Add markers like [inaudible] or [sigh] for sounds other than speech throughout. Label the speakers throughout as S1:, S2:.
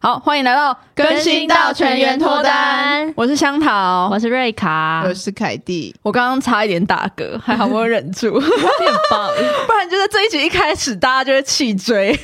S1: 好，欢迎来到
S2: 更新到全员脱单
S1: 我是香桃，
S2: 我是瑞卡
S3: 我，呃是凯蒂，
S1: 我刚刚差一点打嗝，还 [laughs] 好我有忍住，
S2: 很棒。
S1: 不然就是这一集一开始大家就会气追。 [laughs]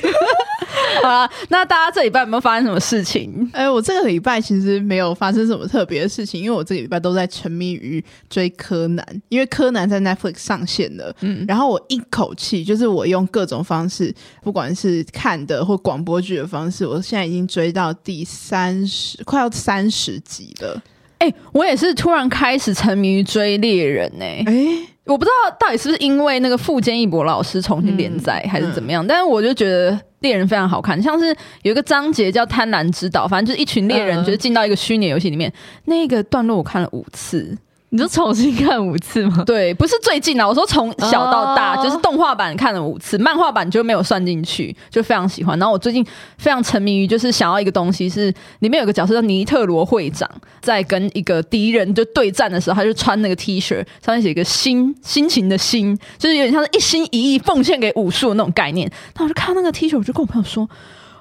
S1: 好啦，那大家这礼拜有没有发生什么事情？
S3: 哎、我这个礼拜其实没有发生什么特别的事情，因为我这个礼拜都在沉迷于追柯南，因为柯南在 Netflix 上线了。嗯，然后我一口气就是我用各种方式，不管是看的或广播剧的方式，我现在已经追到第三十，快要三十集了。
S1: 哎、我也是突然开始沉迷于追猎人欸呢、
S3: 哎、
S1: 我不知道到底是不是因为那个富坚义博老师重新连载、还是怎么样，但是我就觉得猎人非常好看，像是有一个章节叫《贪婪之岛》，反正就是一群猎人
S3: 嗯
S1: 就是进到一个虚拟游戏里面，那个段落我看了五次。
S2: 你就重新看五次
S1: [laughs]
S2: 吗？
S1: 对，不是最近啊，我说从小到大，
S2: 哦
S1: 就是动画版看了五次，漫画版就没有算进去，就非常喜欢。然后我最近非常沉迷于，就是想要一个东西是，里面有个角色叫尼特罗会长，在跟一个敌人就对战的时候，他就穿那个 [laughs] T 恤，上面写一个心心情的心，就是有点像是一心一意奉献给武术的那种概念。那我就看到那个 T 恤，我就跟我朋友说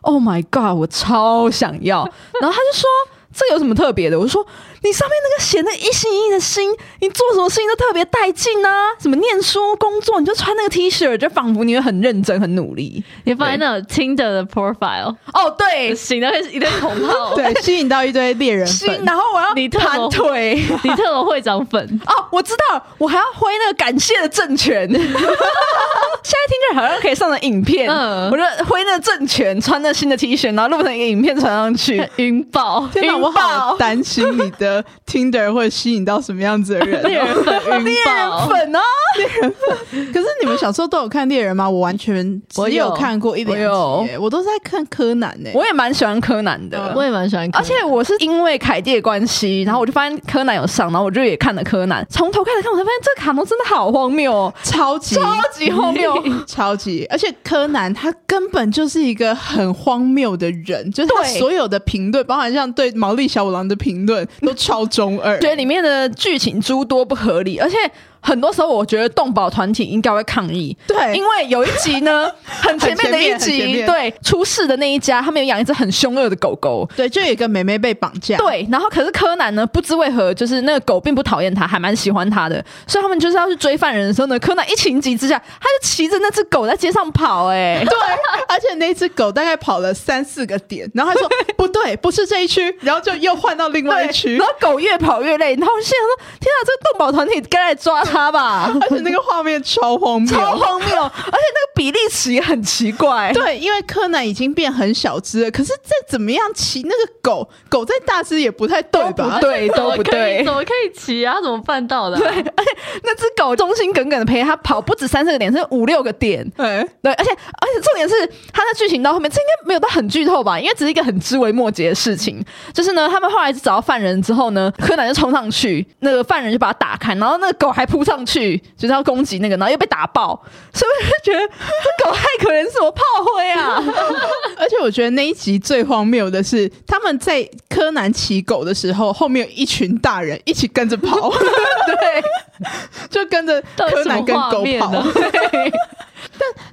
S1: ：“Oh my god，我超想要。”然后他就说。这个有什么特别的？我就说你上面那个写那一心一意的心，你做什么事情都特别带劲啊！什么念书、工作，你就穿那个 T 恤，就仿佛你会很认真、很努力。
S2: 你放在那种 Tinder 的 profile，
S1: 哦，对，
S2: 醒到一堆红 [laughs] 炮，
S3: 对，吸引到一堆猎人
S1: 心，
S3: 粉。
S1: 然后我要
S2: 你特
S1: 盘腿。
S2: 底特罗会长粉，
S1: 哦，我知道，我还要挥那个感谢的政权。 [laughs] 现在听着好像可以上传影片，
S2: 嗯
S1: 我就挥那个政权，穿那新的 T 恤，然后录成一个影片传上去。
S2: 云爆
S3: 天哪，
S1: 晕
S3: 我
S1: 爆
S3: 好担心你的 Tinder 会吸引到什么样子的人哦、
S2: [laughs] 猎人粉，
S1: 猎
S2: 云
S1: 人
S2: 爆。
S1: 粉哦，
S3: 可是你们小时候都有看猎人吗？我完全
S1: 我
S3: 只
S1: 有
S3: 看过一两集
S1: 我有
S3: 耶、我都在看柯南呢、
S1: 我也蛮喜欢柯南的。
S3: 嗯
S2: 我也蛮
S3: [laughs]
S2: 喜欢看，
S1: 而且我是因为凯蒂的关系，然后我就发现柯南有上，然后我就也看了柯南，从头开始看，我才发现这个卡通真的好荒谬哦，
S3: [laughs] 超级
S1: 超级荒 [laughs] 谬。
S3: 超级，而且柯南他根本就是一个很荒谬的人，就是他
S1: 对
S3: 所有的评论，包含像对毛利小五郎的评论都超中二。
S1: 觉得里面的剧情诸多不合理，而且很多时候我觉得动保团体应该会抗议。
S3: 对
S1: 因为有一集
S3: [laughs]
S1: 呢，很前面的一
S3: 很前面很前
S1: 集，
S3: 面
S1: 对出事的那一家，他们有养一只很凶恶的狗狗，
S3: 对，就有一个妹妹被绑架，， [laughs]
S1: 对，然后可是柯南呢，不知为何就是那个狗并不讨厌他，还蛮喜欢他的，所以他们就是要去追犯人的时候呢，柯南一情急之下，他就骑着那只狗在街上跑、 [laughs] 哎，
S3: 而且那只狗大概跑了三四个点，然后他说 [laughs] 不对，不是这一区，然后就又换到另外一
S1: 对
S3: 区
S1: 然。后狗越跑越累，然后我就心想说：“天啊，这个动保团体该来抓它吧
S3: 而且那个画面超荒！”谬，
S1: [laughs] 超荒谬，而且那个比例尺也很奇
S2: 哎
S1: 怪。
S3: 对，因为柯南已经变很小只了，可是再怎么样骑那个狗，狗再大只也不太对
S1: 都不
S3: 吧？
S1: 对，都不对
S2: 怎。么可以骑啊？怎么办到的？
S1: 对，
S2: [laughs]
S1: 而且那只狗忠心耿耿的陪它跑，不止三四个点，是五六个点。
S3: [laughs] 对，
S1: 对，而且而且重点是，它的剧情到后面，这应该没有到很剧透吧？因为只是一个很知微末节的事情。就是呢，他们后来找到犯人之后呢，柯南就冲上去，那个犯人就把他打开，然后那个狗还扑上去，就是要攻击那个，然后又被打爆，所以我就觉得这狗太可怜，是我炮灰啊！
S3: 而且我觉得那一集最荒谬的是，他们在柯南骑狗的时候，后面有一群大人一起跟着
S2: [laughs]
S3: 跑，
S1: 对，
S3: 就跟着柯南跟狗跑。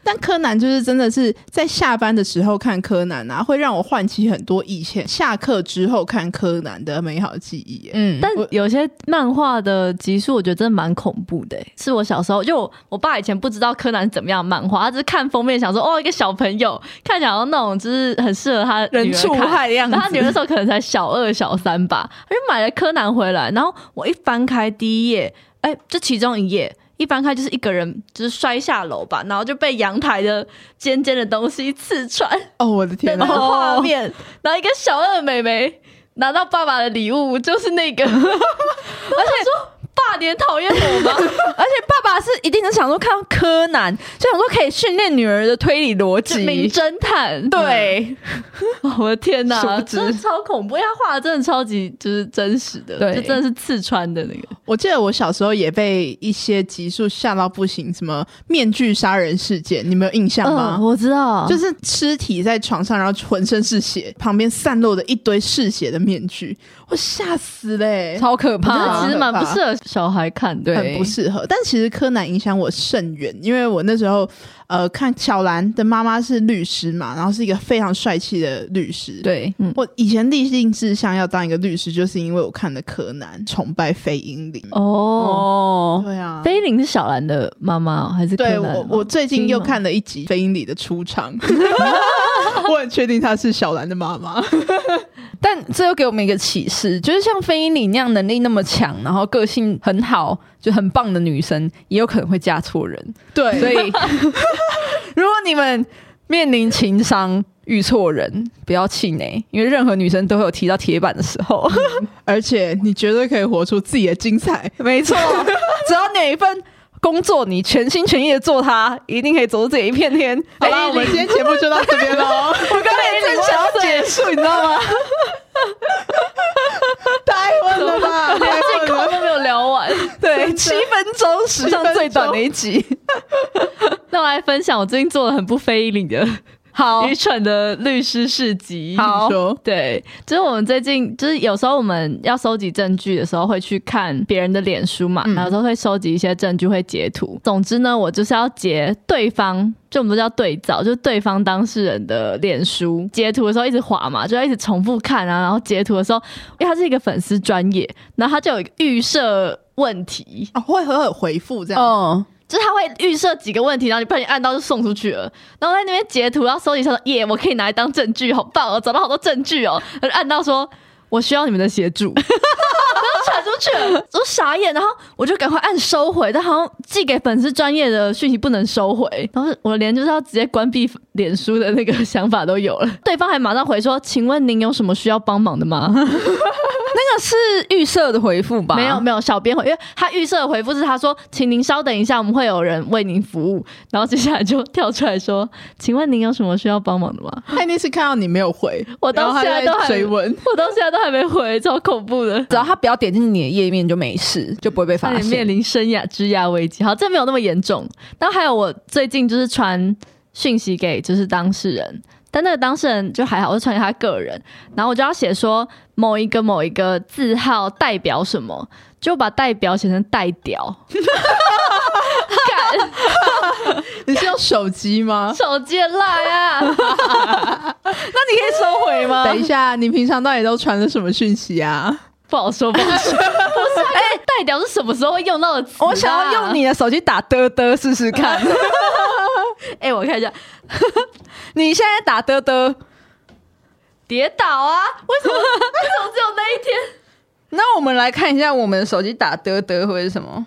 S3: 但柯南就是真的是在下班的时候看柯南啊，会让我唤起很多以前下课之后看柯南的美好记忆哎耶。
S1: 嗯，
S2: [laughs] 但有些漫画的集数，我觉得真的蛮恐怖的欸、是我小时候，因为我我爸以前不知道柯南是怎么样的漫画，他只是看封面想说，哦，一个小朋友看起来好像那种就是很适合他女儿
S1: 人畜
S2: 看
S1: 害的样子
S2: 然后他女儿那时候可能才小二、小三吧，他就买了柯南回来，然后我一翻开第一页，哎、这其中一页。一翻开就是一个人，就是摔下楼吧，然后就被阳台的尖尖的东西刺穿
S3: 哦，我的
S2: 的
S3: 天
S2: 那
S3: 哪！
S2: 个画面，然后一个小二妹妹拿到爸爸的礼物就是那个，而且说爸，你很讨厌我吗？
S1: 而且爸爸是一定是想说看到柯南，就想说可以训练女儿的推理逻
S2: 这名
S1: 辑。
S2: 侦探，
S1: 对
S2: [laughs] 哦我的天
S1: 殊
S2: 哪，
S1: 不知
S2: 真的超恐怖，因为他画的真的超级就是真实的，
S1: 对
S2: 就真的是刺穿的那个，
S3: 我记得我小时候也被一些集数吓到不行，什么面具杀人事件，你们有印象吗？
S1: 嗯
S2: 嗯我知道就
S3: 就是是尸体在床上，然后浑身是血，旁边散落的一堆嗜血的面具，我吓死嘞、
S1: 超可
S2: 我觉
S1: 怕啊
S2: 得其实蛮不适合小孩看的，欸
S1: 对
S3: 很不适合。但其实柯南影响我甚远，因为我那时候呃，看小兰的妈妈是律师嘛，然后是一个非常帅气的律师。，
S1: 对，
S2: 嗯
S3: 我以前立定志向要当一个律师，就是因为我看了柯南，崇拜飞鹰林。
S2: 哦，
S1: 哦，
S3: 对啊，
S2: 菲林是小兰的妈妈哦还是柯
S3: 对
S2: 南的妈
S3: 我
S2: 妈？
S3: 我最近又
S2: 金吗
S3: 看了一集飞鹰里的出场， [laughs]
S2: [laughs]
S3: 我很确定她是小兰的妈妈。
S1: 但这又给我们一个启示，就是像飞鹰你那样能力那么强，然后个性很好，就很棒的女生，也有可能会嫁错人。
S3: 对
S1: 所以， [laughs] 如果你们面临情伤遇错人，不要气馁，因为任何女生都会有踢到铁板的时候。
S3: 而且你绝对可以活出自己的精彩。
S1: 没 [laughs] 错，只要哪一份工作你全心全意的做它，一定可以走出自己的一片天。
S2: 哎
S3: 好啦，我们今天节目就到这边
S2: [laughs]
S3: 喽。
S1: 哎我刚才正想要结束，你知道吗？
S3: 太稳了吧，太
S2: 这
S3: 稳
S2: 口
S3: 了。
S2: 都没有聊完。
S1: [laughs] [laughs] 对，七分钟史上最短的一集。
S2: 那我来分享我最近做的很不非礼的
S1: 好，
S2: 愚蠢的律师市集。
S1: 哦好
S3: 你说
S2: 对，就是我们最近，就是有时候我们要收集证据的时候，会去看别人的脸书嘛，然后都会收集一些证据，会截图。总之呢，我就是要截对方，就我们都叫对照，就是对方当事人的脸书截图的时候一直滑嘛，就要一直重复看啊。然后截图的时候，因为他是一个粉丝专业，然后他就有一个预设问题，
S3: 啊，会会有回复这样。
S2: 哦
S1: 嗯，
S2: 就是他会预设几个问题，然后你不小心按到就送出去了，然后在那边截图，然后收集说耶，我可以拿来当证据，好棒哦，找到好多证据哦，然后按到说。 [laughs] 我需要你们的协助，然后传出去了，我傻眼，然后我就赶快按收回，但好像寄给粉丝专业的讯息不能收回，然后我连就是要直接关闭脸书的那个想法都有了。对方还马上回说：“请问您有什么需要帮忙的吗？”
S1: 那个是预设的回复吧？
S2: 没有没有，小编回，因为他预设的回复是他说，请您稍等一下，我们会有人为您服务。然后接下来就跳出来说，请问您有什么需要帮忙的吗？
S3: 他一定是看到你没有回，
S2: 我
S3: 然
S2: 到
S3: 后他
S2: 现在
S3: 在
S2: 都还
S3: 追问。
S2: [laughs] 我到现在都还没回，超恐怖的。
S1: 只要他不要点进你的页面就没事，就不会被
S2: 差
S1: 发
S2: 点面
S1: 现。
S2: 临生涯职涯危机。好，这没有那么严重。然后还有我最近就是传讯息给就是当事人，但那个当事人就还好，我就传给他个人，然后我就要写说某一个某一个字号代表什么，就把代表写成代屌。 [laughs] 干
S3: 你是用手机吗？
S2: [laughs] 手机的赖 [laughs] 啊！
S1: 那你可以收回吗
S2: 呃
S3: 等一下，你平常到底都传了什么讯息啊？
S2: 不好说，不好 [laughs] 说。不是，哎、代表是什么时候会用到的词、啊
S1: 我想要用。你的手机打的的试试看。
S2: 哎、我看一下，
S1: 你现在打的的，
S2: 跌倒啊！为什么？ [laughs] 为什么只有那一天？
S1: 那我们来看一下我们的手机打的的会是什么？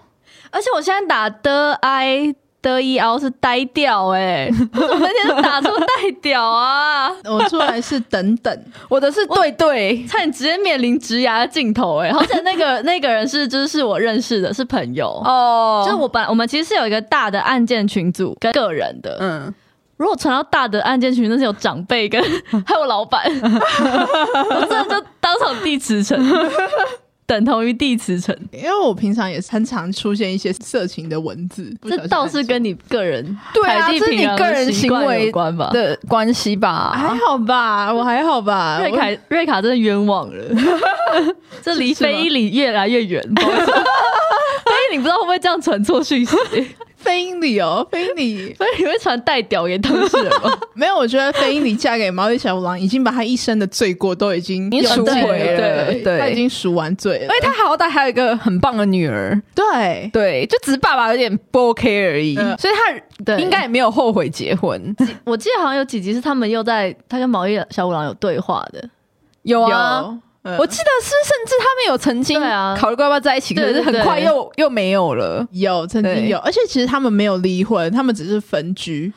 S2: 而且我现在打的 i 的 e l 是呆掉哎、 [laughs] 我怎么那天打出呆屌啊？
S3: 我出来是等等，
S1: [laughs] 我的是对对，
S2: 差点直接面临直牙的镜头哎、好险那 [laughs] 个那个人是就是是我认识的，是朋友。
S1: 哦，
S2: 就是我本来我们其实是有一个大的案件群组跟个人的，
S1: 嗯，
S2: 如果传到大的案件群，那是有长辈 [laughs] 跟还有老板， [laughs] 我真的就当场地辞呈，等同于地辞呈。
S3: 因为我平常也很常出现一些色情的文字，不小
S2: 这
S3: 心
S2: 倒是
S3: 按错
S2: 跟你个人
S1: 对啊
S2: 凯蒂
S1: 这是
S2: 平
S1: 你
S2: 常
S1: 个
S2: 的
S1: 人
S2: 习
S1: 行
S2: 惯
S1: 为
S2: 有关吧？
S1: 的关系吧
S3: 还。好吧，我还好吧。
S2: 瑞
S3: 我
S2: 凯瑞卡真的冤枉了， [laughs] 这离
S3: 是吗
S2: 非礼越来越 [laughs] 远。不好意思非礼不知道会不会这样传错 [laughs] 讯息，
S3: 非英里哦，非英
S1: [laughs]
S3: 里
S2: 非礼会传代屌给当事人吗？
S1: 哦
S3: 没有。我觉得非英里嫁给毛利小五郎，已经把他一生的罪过都已经
S1: 已经赎
S3: 用尽
S1: 回了
S3: 对，
S1: 对
S3: 他已经赎完罪了
S1: 因。为他好歹还有一个很棒的女儿，
S3: 对，
S1: 对，就只是爸爸有点不 OK 而已，
S3: 嗯
S1: 所以他
S2: 对
S1: 应该也没有后悔结婚。
S2: 我记得好像有几集是他们又在他跟毛衣小五郎有对话的，
S1: 有
S3: 有
S1: 啊，
S3: 嗯
S1: 我记得是，甚至他们有曾经
S2: 对啊
S1: 考虑过要不要在一起，可
S2: 对
S1: 是
S2: 对
S1: 很
S2: 对
S1: 快又又没有了。
S3: 有曾
S1: 对
S3: 经有，而且其实他们没有离婚，他们只是分居。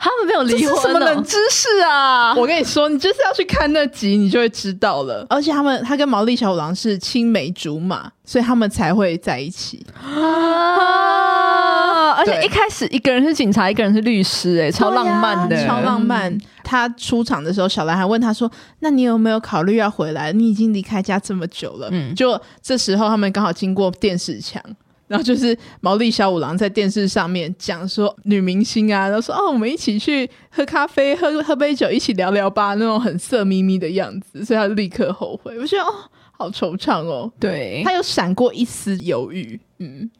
S2: 他们没有离
S1: 这
S2: 婚、
S1: 是什
S2: 哦。
S1: 么冷知识啊？
S3: 我跟你说，你就是要去看那集，你就会知道了。而且他们，他跟毛利小五郎是青梅竹马，所以他们才会在一起。
S1: 啊！而且
S3: 对
S1: 一开始一个人是警察，一个人是律师、哎，超浪漫的，
S3: 对啊超浪漫。他出场的时候，小兰还问他说：“那你有没有考虑要回来？你已经离开家这么久了。”
S1: 嗯
S3: 嗯，就这时候他们刚好经过电视墙。然后就是毛利小五郎在电视上面讲说女明星啊，然后说哦，我们一起去喝咖啡，喝喝杯酒，一起聊聊吧，那种很色眯眯的样子，所以他立刻后悔。我觉得哦，好惆怅哦，
S1: 对
S3: 他，有闪过一丝犹豫，嗯，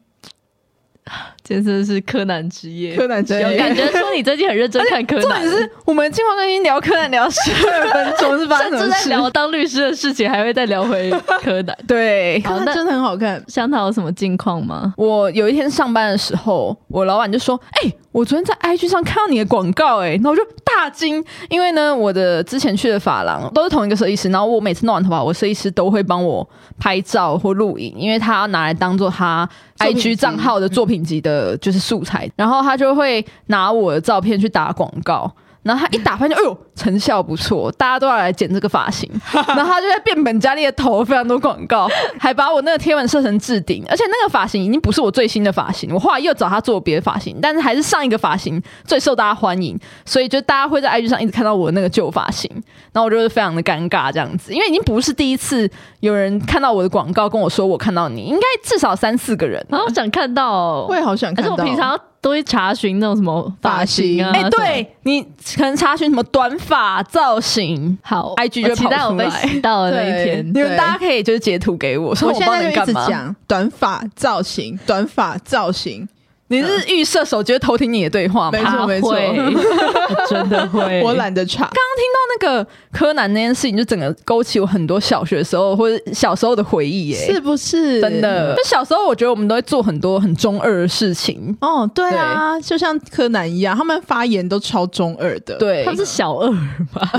S2: 真的是柯南之夜。
S3: 柯南真
S2: 有
S3: [laughs]
S2: 感觉说你最近很认真看柯
S1: 重
S2: 南
S1: 点，是我们金黄更新聊柯南聊十二分钟，是发
S2: 甚
S1: 生什
S2: 至
S1: 么
S2: 在
S1: 事？。
S2: 聊当律师的事情，还会再聊回柯南
S1: 对，
S3: 柯
S2: 好
S3: 南
S2: 那
S3: 真的很好看。
S2: 香桃有什么近况吗？
S1: 我有一天上班的时候，我老板就说：“哎、我昨天在 IG 上看到你的广告、哎，那我就大惊，因为呢，我的之前去的发廊都是同一个设计师，然后我每次弄完头发，我设计师都会帮我拍照或录影，因为他要拿来当做他
S3: 作品集
S1: IG 账号的作品集的，就是素材，然后他就会拿我的照片去打广告。”然后他一打发现，哎呦，成效不错，大家都要来剪这个发型。 [laughs] 然后他就在变本加厉的投非常多广告，还把我那个贴文设成置顶，而且那个发型已经不是我最新的发型，我后来又找他做别的发型，但是还是上一个发型最受大家欢迎，所以就大家会在 IG 上一直看到我那个旧发型，然后我就是非常的尴尬这样子，因为已经不是第一次有人看到我的广告跟我说我看到你，应该至少三四个人。
S2: 啊，我想看到哦，
S3: 我也好想
S2: 可
S3: 看
S2: 是
S3: 到。
S2: 我平常都会查询那种什么发型
S3: 嗯
S2: 啊，
S1: 哎、
S2: 什么
S1: 对你可能查询什么短发造型，
S2: 好
S1: IG
S2: 我
S1: 就
S2: 期待
S1: 跑
S2: 我
S1: 出来
S2: 被洗到的那一天。
S1: 你
S3: 对
S1: 们大家可以就是截图给我，说
S3: 我
S1: 我
S3: 现
S1: 帮你
S3: 在就一
S1: 干
S3: 直
S1: 嘛？
S3: 讲短发造型，短发造型，
S1: 你是预设手机会偷听你的对话吗？
S3: 嗯没错
S2: 他
S3: 没错
S2: 会我真的会。
S3: 我懒得查。
S1: 那个柯南那件事情，就整个勾起我很多小学时候或者小时候的回忆、耶，
S3: 是不是
S1: 真的。？就小时候，我觉得我们都会做很多很中二的事情。
S3: 哦，对啊，就像柯南一样，他们发言都超中二的。，
S1: 对
S2: 他，们是小二吧？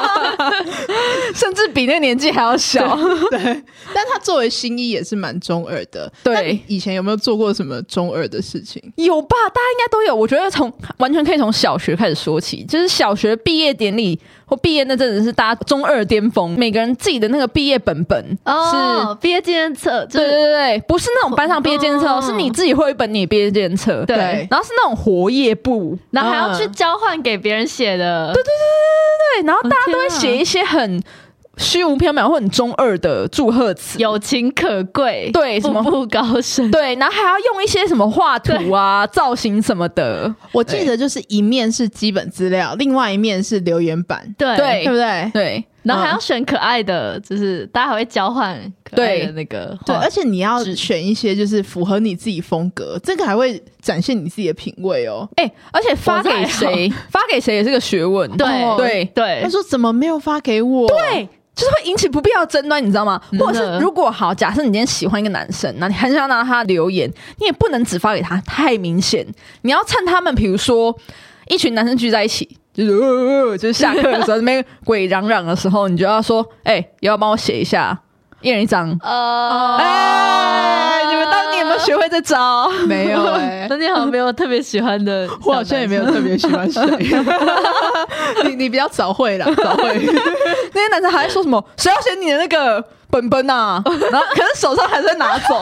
S1: [laughs] 甚至比那个年纪还要小。
S3: 但他作为新一也是蛮中二的。
S1: [laughs] 对
S3: 那你以前有没有做过什么中二的事情？
S1: [laughs] 有吧？大家应该都有。我觉得从完全可以从小学开始说起，就是小学毕业典礼或毕业那阵子是大家中二巅峰，每个人自己的那个毕业本本是
S2: 毕业纪念册，哦就
S1: 对
S2: 是
S1: 对对，对不是那种班上毕业监测，
S2: 哦
S1: 哦，是你自己会有一本你的毕业监测，
S2: 对
S1: 然后是那种活页簿，
S2: 然后还要
S3: 嗯
S2: 去交换给别人写的，对对，
S1: 对，然后大家都会
S2: 天啊
S1: 写一些很虚无缥缈或很中二的祝贺词，
S2: 友情可贵，
S1: 对什
S2: 步
S1: 么
S2: 步高升，
S1: 对，然后还要用一些什么画图啊、造型什么的，
S3: 我记得就是一面是基本资料，另外一面是留言板，
S2: 对
S1: 对
S3: 对不对？
S1: 对
S2: 然后还要选可爱的，就是大家还会交换可爱
S1: 对
S2: 的那个
S3: 对，
S2: 画
S3: 而且你要选一些就是符合你自己风格，这个还会展现你自己的品味哦。
S1: 哎、而且发给谁，发给谁也是个学问，
S2: 对
S1: 对。
S2: 哦对
S3: 他，说怎么没有发给我？对，
S1: 对就是会引起不必要的争端，你知道吗？
S2: 嗯
S1: 或者是如果好，假设你今天喜欢一个男生，那你很想让他留言，你也不能只发给他，太明显。你要趁他们，比如说一群男生聚在一起，就是、呃呃呃就是下课的时 [laughs] 候那边鬼嚷嚷的时候，你就要说，哎、也要帮我写一下，一人一张。
S2: 呃，
S1: 哎、你们当年有没有学会这招？
S3: 没有
S1: [laughs]
S3: 哎、
S2: 那你好像没有特别喜欢 [laughs] 的小男生，
S3: 我好像也没有特别喜欢谁， [laughs] 你你比较早会啦，早会。
S1: 那些男生还在说什么？谁要写你的那个本本啊？然后可是手上还是会拿走，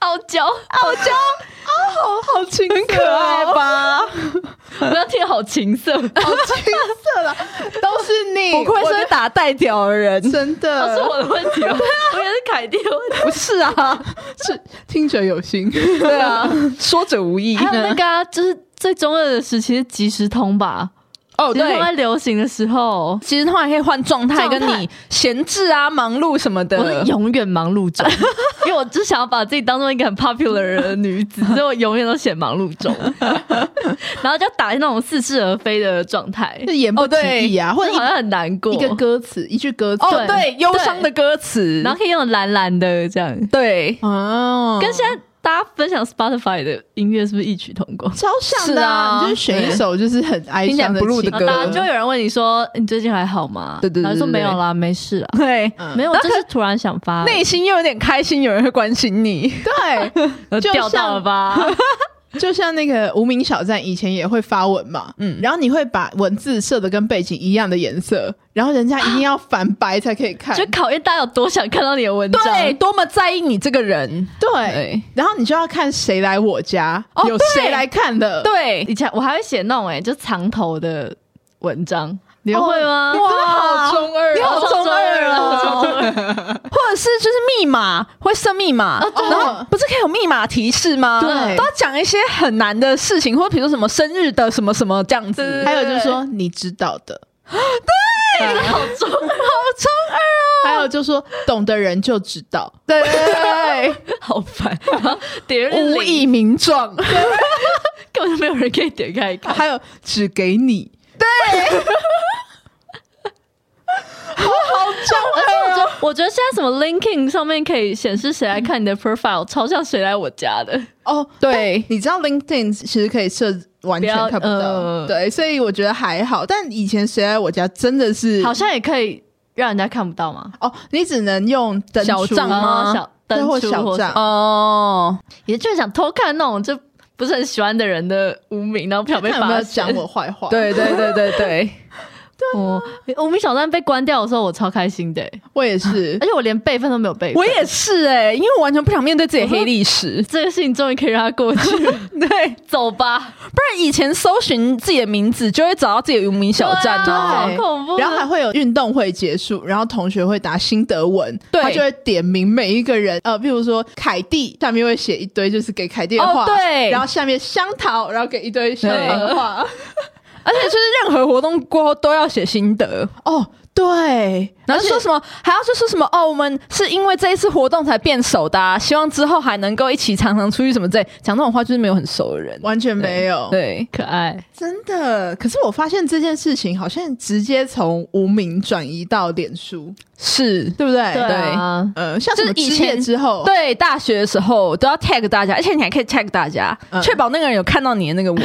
S2: 傲娇，傲娇，
S3: [laughs] 好青
S1: [laughs]
S3: 涩、哦
S1: 可爱？吧？
S2: 不要听好情色。
S3: 好青涩啦，都是你，
S1: 不愧
S3: 我
S1: 是打代表的人，
S3: 真
S2: 哦是
S3: 的
S2: 我的问 [laughs] 题吗？我也是凯蒂的问题。
S1: 不是啊，
S3: 是听者有 [laughs] 心。
S1: [laughs] 对啊，说者无意。
S2: 还有那个、啊，就是最中二的时期是即时通吧？
S1: 哦，
S2: 即时通在
S1: 对，
S2: 流行的时候，
S1: 其实通常可以换状态，
S2: 状态
S1: 跟你闲置啊、忙碌什么
S2: 我
S1: 的
S2: 是。永远忙
S1: [laughs]
S2: 碌中，因为我就想要把自己当做一个很 popular 的
S1: [laughs]
S2: 女子，所以我永远都写忙碌中，然后就打那种似是而非的状态，
S3: 就言不
S1: 哦
S3: 及
S1: 对
S3: 义啊，或者
S2: 就好像很难过
S3: 一。一个歌词，一句歌词，
S1: 哦，对，忧伤的歌词
S2: 然，后可以用蓝蓝的这样，
S1: 对，
S3: 哦，
S2: 跟现在大家分享 Spotify 的音乐是不是异曲同工？
S3: 超像
S1: 是
S3: 的、
S1: 啊
S3: 你就是选一首就是很哀
S1: 听起来
S3: 伤的
S1: blue 的
S3: 情哦
S2: 然后大家
S1: 歌
S2: 就会有人问你说：“你最近还好吗？”
S1: 对对对
S2: 然后说
S1: 对
S2: 没
S1: 对
S2: 有啦，没事啦，
S1: 对，
S3: 嗯
S2: 没有，
S1: 然后
S2: 就是突然想发，
S1: 内心又有点开心，有人会关心你。
S3: 对，
S2: 呃
S3: 就
S2: 掉到了
S3: 像
S1: [laughs]
S2: 吧？
S3: [laughs] 就像那个无名小站以前也会发文嘛，嗯
S1: 嗯，
S3: 然后你会把文字设的跟背景一样的颜色，然后人家一定要反白才可以看，
S2: 就考验大家有多想看到你的文章。
S1: 对，多么在意你这个人。
S3: 对。
S1: 对，
S3: 然后你就要看谁来我家，
S1: 哦
S3: 有谁来看的，
S1: 对，
S2: 以前我还会写那种哎、就藏头的文章，你
S3: 哦
S2: 会吗？
S3: 真的好中二啊
S1: 你
S3: 哦，
S1: 好中二哦
S2: 超中二啊
S1: 或者是就是密码会设密码，
S2: 哦对
S1: 然后不是可以有密码提示吗？
S3: 对
S1: 都要讲一些很难的事情，或者比如说什么生日的什么什么这样子。
S2: 对
S3: 还有就是说你知道的，
S2: 真
S3: 啊
S2: [laughs] 的好
S1: 好中
S2: 中二。
S1: 二哦！
S3: 还有就是说懂的人就知道，
S1: 对对对对对，
S2: 好烦。然后点进去
S1: 无以名状，
S2: 根本就没有人可以点开看。
S3: [laughs] 还有只给你，
S2: 而且我觉得， [laughs] 我觉得现在什么 LinkedIn 上面可以显示谁来看你的 profile，超像谁来我家的。
S3: 哦，
S1: 对
S3: 你知道 LinkedIn 其实可以设完全
S2: 不要
S3: 看不到，
S2: 呃
S3: 对，所以我觉得还好。但以前谁来我家真的是
S2: 好像也可以让人家看不到吗？
S3: 哦，你只能用登
S1: 小
S3: 出
S1: 账
S2: 然后
S1: 吗
S2: 小
S3: 对
S2: 灯
S3: 或
S2: 出
S3: 小
S2: 或
S3: 账，
S1: 哦，
S2: 也就是想偷看那种就不是很喜欢的人的无名，然后不想被
S3: 看有没
S2: 发
S3: 有
S2: 现
S3: 讲。我坏话？，
S1: 对对对对对，
S2: [laughs] 哦，无名小站被关掉的时候，我超开心的欸、
S3: 我也是
S2: 而。且我连备份都没有备份。
S1: 我也是哎、因为我完全不想面对自己的黑历史。
S2: 这个事情终于可以让它过去了，
S1: 对，不
S2: [laughs] 走吧。
S1: 然以前搜寻自己的名字就会找到自己的无名小站
S2: [laughs] 对
S1: 啊。
S2: 啊
S3: 对
S2: 好恐怖
S3: 然后还会有运动会结束，然后同学会打心得文，
S1: 对
S3: 他就会点名每一个人，呃，比如说凯蒂，下面会写一堆就是给凯蒂的话，
S1: 哦对哦
S3: 然后下面香桃，然后给一堆香 [laughs] 桃的话，
S1: 而且就是任何活动过后都要写心得，
S3: 哦，对，
S1: 然后就说什么还要就说什么哦，我们是因为这一次活动才变熟的、啊，希望之后还能够一起常常出去什么之类，讲这种话就是没有很熟的人。
S3: 完全没有，
S1: 对，
S2: 可爱，
S3: 真的。可是我发现这件事情好像直接从无名转移到脸书，
S1: 是，
S3: 对不对？
S2: 对啊，
S3: 呃，像
S1: 就是
S3: 什么
S1: 以
S3: 之
S1: 前
S3: 夜之
S2: 哦
S3: 后，
S1: 对，大学的时候都要 tag 大家，而且你还可以 tag 大家
S3: 嗯，
S1: 确、保那个人有看到你的那个
S2: [laughs]
S1: 文。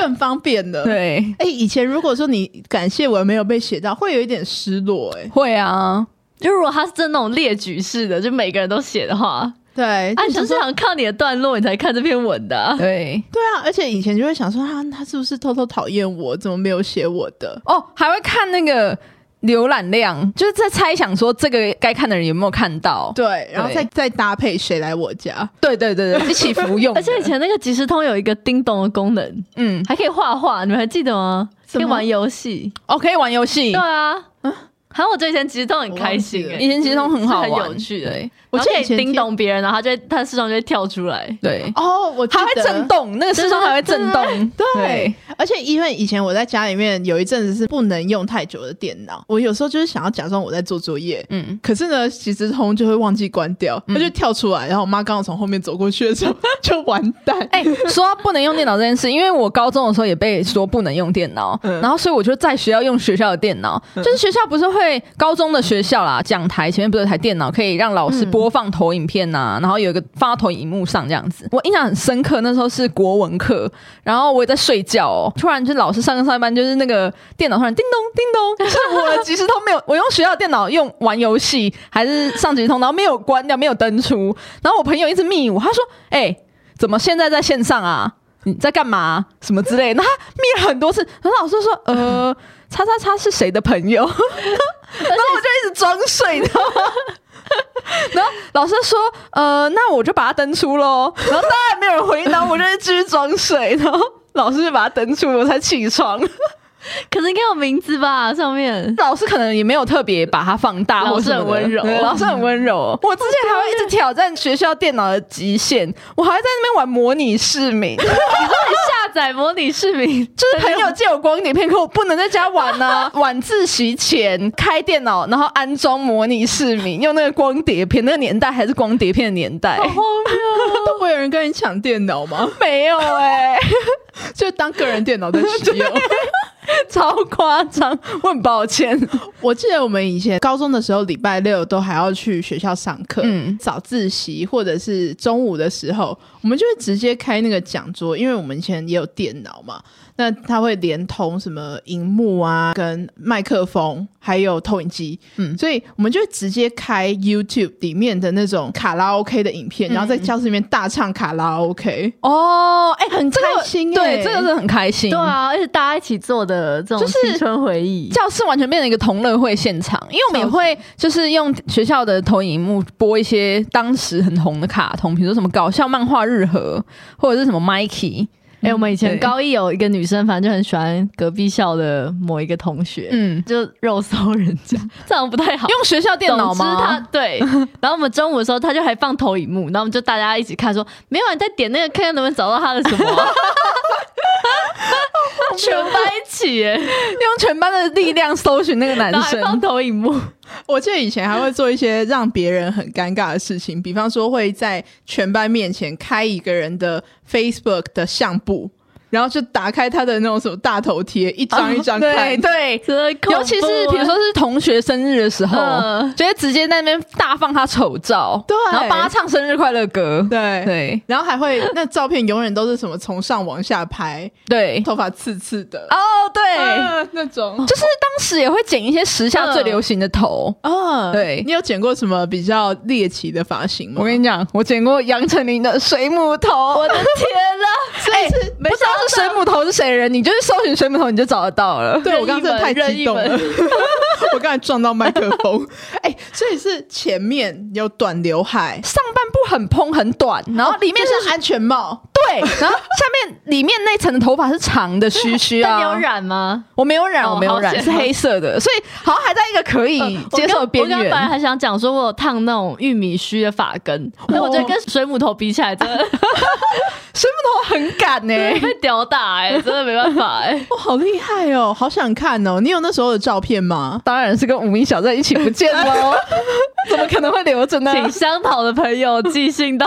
S3: 更方便了。，
S1: 对，
S3: 哎、以前如果说你感谢文没有被写到，会有一点失落、哎。
S1: 会啊，
S2: 就如果他是真那种列举式的，就每个人都写的话，
S3: 对，
S2: 啊，你
S3: 想
S2: 就是
S3: 说
S2: 想看你的段落，你才看这篇文的啊、
S1: 对。
S3: 对啊，而且以前就会想说，他他是不是偷偷讨厌我？怎么没有写我的？
S1: 哦，还会看那个浏览量，就是在猜想说这个该看的人有没有看到。
S3: 对，然后再再搭配谁来我家？
S1: 对对对对，一起服用的。
S2: 而且以前那个即时通有一个叮咚的功能，
S1: 嗯，
S2: 还可以画画，你们还记得吗？
S3: 什么
S2: 可以玩游戏，
S1: 哦，可以玩游戏
S2: 对。啊，还有我觉得以前即时通很开心、
S3: 我忘记
S2: 欸，
S3: 了
S1: 以前其实都很好玩，
S2: 是很有趣的欸
S1: 对
S3: 我
S2: 然后
S3: 记
S2: 可
S3: 得
S2: 以
S3: 以前
S2: 叮咚别人，然后他就会他的视窗就会跳出来，
S1: 对，
S3: 哦，我记
S1: 它会
S3: 得
S1: 震。动，那个时钟还会震动。
S3: 对，，而且因为以前我在家里面有一阵子是不能用太久的电脑，我有时候就是想要假装我在做作业，
S1: 嗯，
S3: 可是呢，即时通就会忘记关掉，它
S1: 嗯
S3: 就跳出来，然后我妈刚好从后面走过去的时候 [laughs] 就完蛋。
S1: 哎、说到不能用电脑这件事，因为我高中的时候也被说不能用电脑，
S3: 嗯
S1: 然后所以我就在学校用学校的电脑，就是学校不是会高中的学校啦，讲台前面不是有台电脑可以让老师播放投影片呐、然后有一个放到投影幕上这样子。我印象很深刻，那时候是国文课，然后我也在睡觉哦，突然就老师上课上一班，就是那个电脑突然叮咚叮咚， [laughs] 就是我的即时通没有，我用学校的电脑用玩游戏还是上即时通，然后没有关掉，没有登出，然后我朋友一直密我，他说：“哎、怎么现在在线上啊？你在干嘛、什么之类的？”然后他密了很多次，然后老师就说：“呃，叉叉叉是谁的朋友？” [laughs] 然后我就一直装睡，你知道吗？然后老师说：“呃，那我就把它登出喽。”然后当然没有人回答，我就继续装睡。然后老师就把它登出，我才起床。
S2: 可是应该有名字吧上面。
S1: 老师可能也没有特别把它放大或什么的，
S2: 老师很温柔
S1: 对老师很温柔。我之前还会一直挑战学校电脑的极限，我还在那边玩模拟市民， [laughs] 就
S2: 下载模拟市民，
S1: 是朋友借我光碟片，可我不能在家玩 [laughs] 呢、晚自习前开电脑，然后安装模拟市民，用那个光碟片，那个年代还是光碟片的年代。
S2: 好荒谬
S3: [laughs]
S2: 哦！
S3: 都不会有人跟你抢电脑吗？
S1: [laughs] 没有哎、
S3: 就当个人电脑在使用。
S1: [laughs] 超夸张，我很抱歉。
S3: 我记得我们以前高中的时候，礼拜六都还要去学校上课，
S1: 嗯
S3: 早自习或者是中午的时候，我们就会直接开那个讲桌，因为我们以前也有电脑嘛，那它会连通什么荧幕啊、跟麦克风，还有投影机，
S1: 嗯
S3: 所以我们就会直接开 YouTube 里面的那种卡拉 OK 的影
S1: 嗯
S3: 片，然后在教室里面大唱卡拉 OK，
S1: 哦，哎、
S3: 很
S1: 这个
S3: 开心欸
S1: 对，这个是很开心。
S2: [laughs] 对啊，而且大家一起做的这种
S1: 就是
S2: 青春回忆，
S1: 教室完全变成一个同乐会现场，因为我们也会就是用学校的投影幕播一些当时很红的卡通，比如说什么搞笑漫画日和，或者是什么 Mikey，
S2: 哎、我们以前
S1: 对
S2: 高一有一个女生，反正就很喜欢隔壁校的某一个同学，
S1: 嗯，
S2: 就肉搜人家， [laughs] 这样不太好。
S1: 用学校电脑
S2: 总之他
S1: 吗？
S2: 对，然后我们中午的时候，他就还放投影幕，然后我们就大家 [laughs] 一起看说没有人在点那个，看看能不能找到他的什么啊、啊全班一起耶，
S1: 用全班的力量搜寻那个男
S2: 然后 [laughs] 还放
S1: 生。
S2: 投影幕，
S3: 我记得以前还会做一些让别人很尴尬的事情，比方说会在全班面前开一个人的 Facebook 的相簿，然后就打开他的那种什么大头贴，一张一 [laughs] 张看。
S1: 对对，
S2: 真的恐怖
S1: 尤其是比如说是同学生日的时候，
S2: 嗯
S1: 就会直接在那边大放他丑照，
S3: 对
S1: 然后帮他唱生日快乐歌，
S3: 对
S2: 哎
S1: 对
S3: 然后还会那照片永远都是什么从上往下拍，
S1: 对，
S3: 头发刺刺的
S1: 哦对，
S3: 啊那种
S1: 就是当时也会剪一些时
S2: 嗯
S1: 下最流行的头。
S3: 啊
S1: 对
S3: 你有剪过什么比较猎奇的发型吗？
S1: 我跟你讲，我剪过杨丞琳的水母头，我的
S2: [laughs] 天哪，
S1: 哎、不知道是水母头是谁的人，你就是搜寻水母头你就找得到了。
S3: 对我刚刚真的太
S2: 任
S3: 激
S2: 意
S3: 动
S2: 门
S3: 了， [laughs] 我刚才撞到麦克风。 [laughs] 哎、所以是前面有短刘海，
S1: 上半部很蓬很短，然后里面
S2: 哦
S1: 是、
S3: 就像安全帽，
S1: 对，然后下面里面那层的头发是长的须须
S2: 那
S1: 啊。
S2: 你有染吗？
S1: 我没有染，
S2: 哦
S1: 我没有染，
S2: 好险
S1: 是黑色的，所以好像还在一个可以
S2: 呃
S1: 接受的边
S2: 我刚我刚本来
S1: 缘。
S2: 还想讲说，我有烫那种玉米须的发
S1: [laughs]
S2: 根，但我觉得跟水母头比起来，真的
S1: 哦水母头很赶欸呢、
S2: [laughs] 被屌打哎、
S1: [laughs]
S2: 真的没办法哎、
S3: 哇，好厉害哦，好想看哦！你有那时候的照片吗？
S1: 当然是跟无名小站一起不见
S2: [laughs]
S1: 喽，怎么可能会留着呢？
S2: 请香桃的朋友寄
S1: [laughs]
S2: 信到，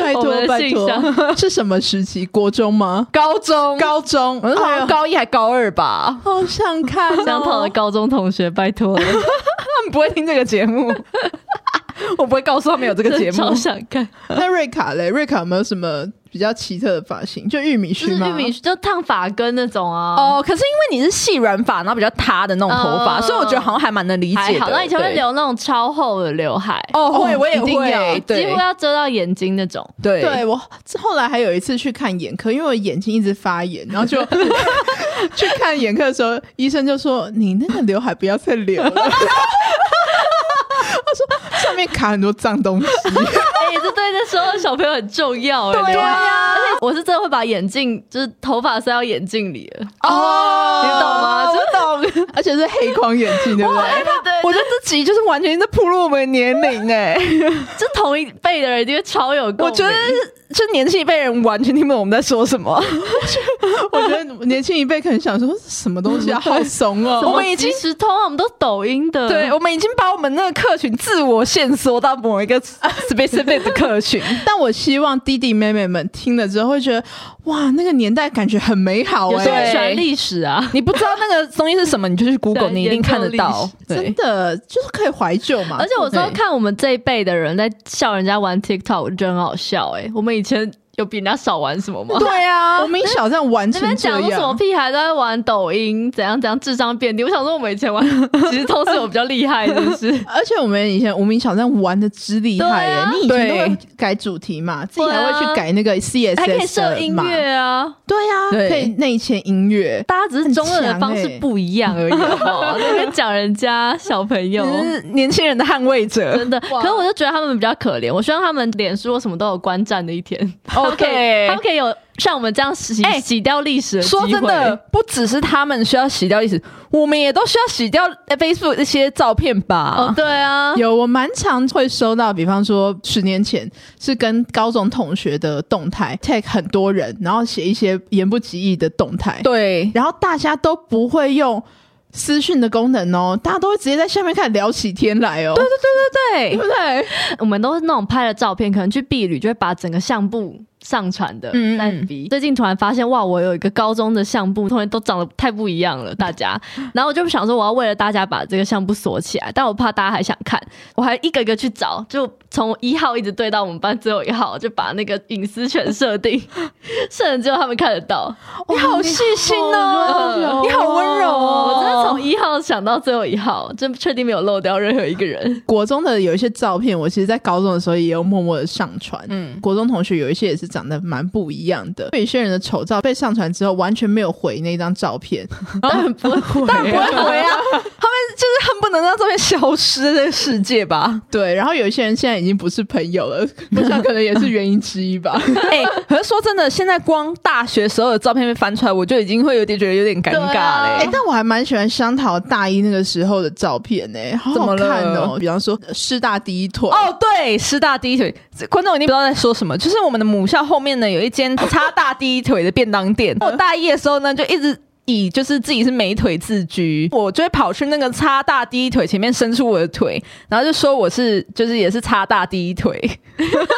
S3: 拜
S2: 我
S3: 托
S2: 们的
S3: 拜
S2: 信
S3: 托，是什么时期？国中吗？
S1: 高中，
S3: 高中？
S1: 嗯我是好
S3: 哎
S1: 像
S3: 呦
S1: 高一还高二吧，
S3: 好想看
S2: 香桃的
S3: 哦！
S2: 高中同学，拜托了，
S1: 他们不会听这个节
S2: [laughs]
S1: 目，我不会告诉他们有这个节 [laughs]
S2: 真的超
S1: 目。
S2: 想看。
S3: 那瑞卡嘞？瑞卡有没有什么比较奇特的发型？就玉米
S2: 就
S3: 须
S2: 是
S3: 吗？
S2: 玉米须就烫发根那种啊。
S1: 哦，可是因为你是细软发，然后比较塌的那种头发，
S2: 嗯
S1: 所以我觉得好像还蛮能理解
S2: 还
S1: 的。
S2: 好，那以前会
S1: 对
S2: 留那种超厚的刘海，
S1: 哦，
S3: 哦
S1: 会我也
S3: 一定要
S1: 会，啊
S2: 几
S1: 对
S2: 乎要遮到眼睛那种。
S1: [laughs] 对
S3: 对我后来还有一次去看眼科，因为我眼睛一直发炎，然后就 [laughs] 去看眼科的时候，医生就说：“你那个刘海不要再留了。” [laughs] 他说：“上面卡很多脏东西。
S2: 哎、这对那时候的小朋友很重要哎、
S1: 对
S2: 刘海
S1: 啊，
S2: 而 [laughs] 且我是真的会把眼镜，就是头发塞到眼镜里了。
S1: 哦，
S2: 你懂吗
S1: 我懂。”
S3: 而且是黑框眼镜，对不对？
S1: 哎
S2: 对哎对对，
S1: 我觉得这集就是完全在暴露我们的年龄哎、
S2: [laughs] 这同一辈的人一定会超有共鸣。
S1: 我觉得就年轻一辈人完全听不懂我们在说什么，
S3: 我觉得年轻一辈可能想说什么东西 [laughs] 啊，好怂
S2: 什
S1: 我
S2: 么
S3: 哦！
S1: 们已经
S2: 即时通啊，我们都抖音的，
S1: 对我们已经把我们那个客群自我限缩到某一
S2: [laughs]
S1: 个 specific 的客群，
S3: 但我希望弟弟妹妹们听了之后会觉得，哇，那个年代感觉很美好
S2: 有
S3: 哎、
S2: 些人
S1: 对
S2: 喜欢历史啊。
S1: 你不知道那个东西是什么，你就去 Google，
S2: 对
S1: 你一定看得到。
S3: 真
S1: 对，
S3: 的就是可以怀旧嘛。
S2: 而且我知道
S1: 啊对
S2: 看我们这一辈的人在笑人家玩 TikTok，我就觉得很好笑哎、我们以前有比人家少玩什么吗？
S3: 对
S2: [laughs]
S3: 啊，我们一小站玩
S2: 那
S3: 成
S2: 边
S3: 这
S2: 讲说什么
S3: 样，
S2: 屁孩都在玩抖音，怎样怎样智商变低。我想说，我们以
S1: [laughs]
S2: 前玩其实都是我比较厉害，是不是？
S3: 而且我们以前无名小站玩的之厉害耶、
S2: 对啊
S3: 你以前都会改主题嘛，自己还会去改那个 CSS，
S2: 还可以设音
S3: 嘛，
S2: 乐啊，
S3: 对啊，
S1: 对
S3: 可以内嵌音乐。
S2: 大家只是中二的方
S3: 很
S2: 式
S3: 强欸
S2: 不一样而已，好不好？在那边讲人家小朋
S1: [laughs]
S2: 友。
S1: 你是年轻人的捍卫者。
S2: 真的，可是我就觉得他们比较可怜。我希望他们脸书或什么都有观战的一天。
S1: OK，
S2: [laughs] 他们可以有像我们这样洗、
S1: 哎
S2: 洗掉历史的机
S1: 说
S2: 会。
S1: 真的，，不只是他们需要洗掉历史，我们也都需要洗掉呃 Facebook 一些照片吧。
S2: 哦，对啊，
S3: 有，我蛮常会收到，比方说十年前是跟高中同学的动态 tag 很多人，然后写一些言不及义的动态，
S1: 对，
S3: 然后大家都不会用私讯的功能哦，大家都会直接在下面开始聊起天来哦，对对
S1: 对
S3: 对不对？
S2: 我们都是那种拍了照片，可能去避旅就会把整个相簿上传的
S1: 嗯嗯
S2: 在 FB。最近突然发现，哇，我有一个高中的相簿，同学都长得太不一样了，大家。然后我就想说，我要为了大家把这个相簿锁起来，但我怕大家还想看，我还一个一个去找，就从一号一直对到我们班最后一号，就把那个隐私权设定， [laughs] 设成只有他们看得到。
S1: 你好细心哦，你
S3: 你好
S1: 好温柔哦，
S2: 我真的从一号想到最后一号，真确定没有漏掉任何一个人。 [laughs]
S3: 国中的有一些照片，我其实，在高中的时候也有默默的上传。
S1: 嗯
S3: 嗯，国中同学有一些也是长得蛮不一样的，有些人的丑照被上传之后，完全没有回那张照片，
S2: 当然不会，
S1: 当然不会回啊，
S2: [laughs]
S1: 他们就是恨不能让照片消失在这个世界吧。
S3: 对，然后有一些人现在已经不是朋友了，我想可能也是原因之一吧。
S1: [laughs] 哎、可是说真的，现在光大学所有的照片被翻出来，我就已经会有点觉得有点尴尬嘞、欸
S2: 对啊
S1: 嗯
S3: 哎、但我还蛮喜欢香桃大一那个时候的照片呢、好
S1: 怎么
S3: 好看哦、
S1: 了哦
S3: 比方说师大第一腿，
S1: 哦，对，师大第一腿，观众一定不知道在说什么。就是我们的母校校后面呢有一间插大第一腿的便当店。我大一的时候呢，就一直。以就是自己是美腿自居，我就会跑去那个插大第一腿前面伸出我的腿，然后就说我是就是也是插大第一腿， [laughs]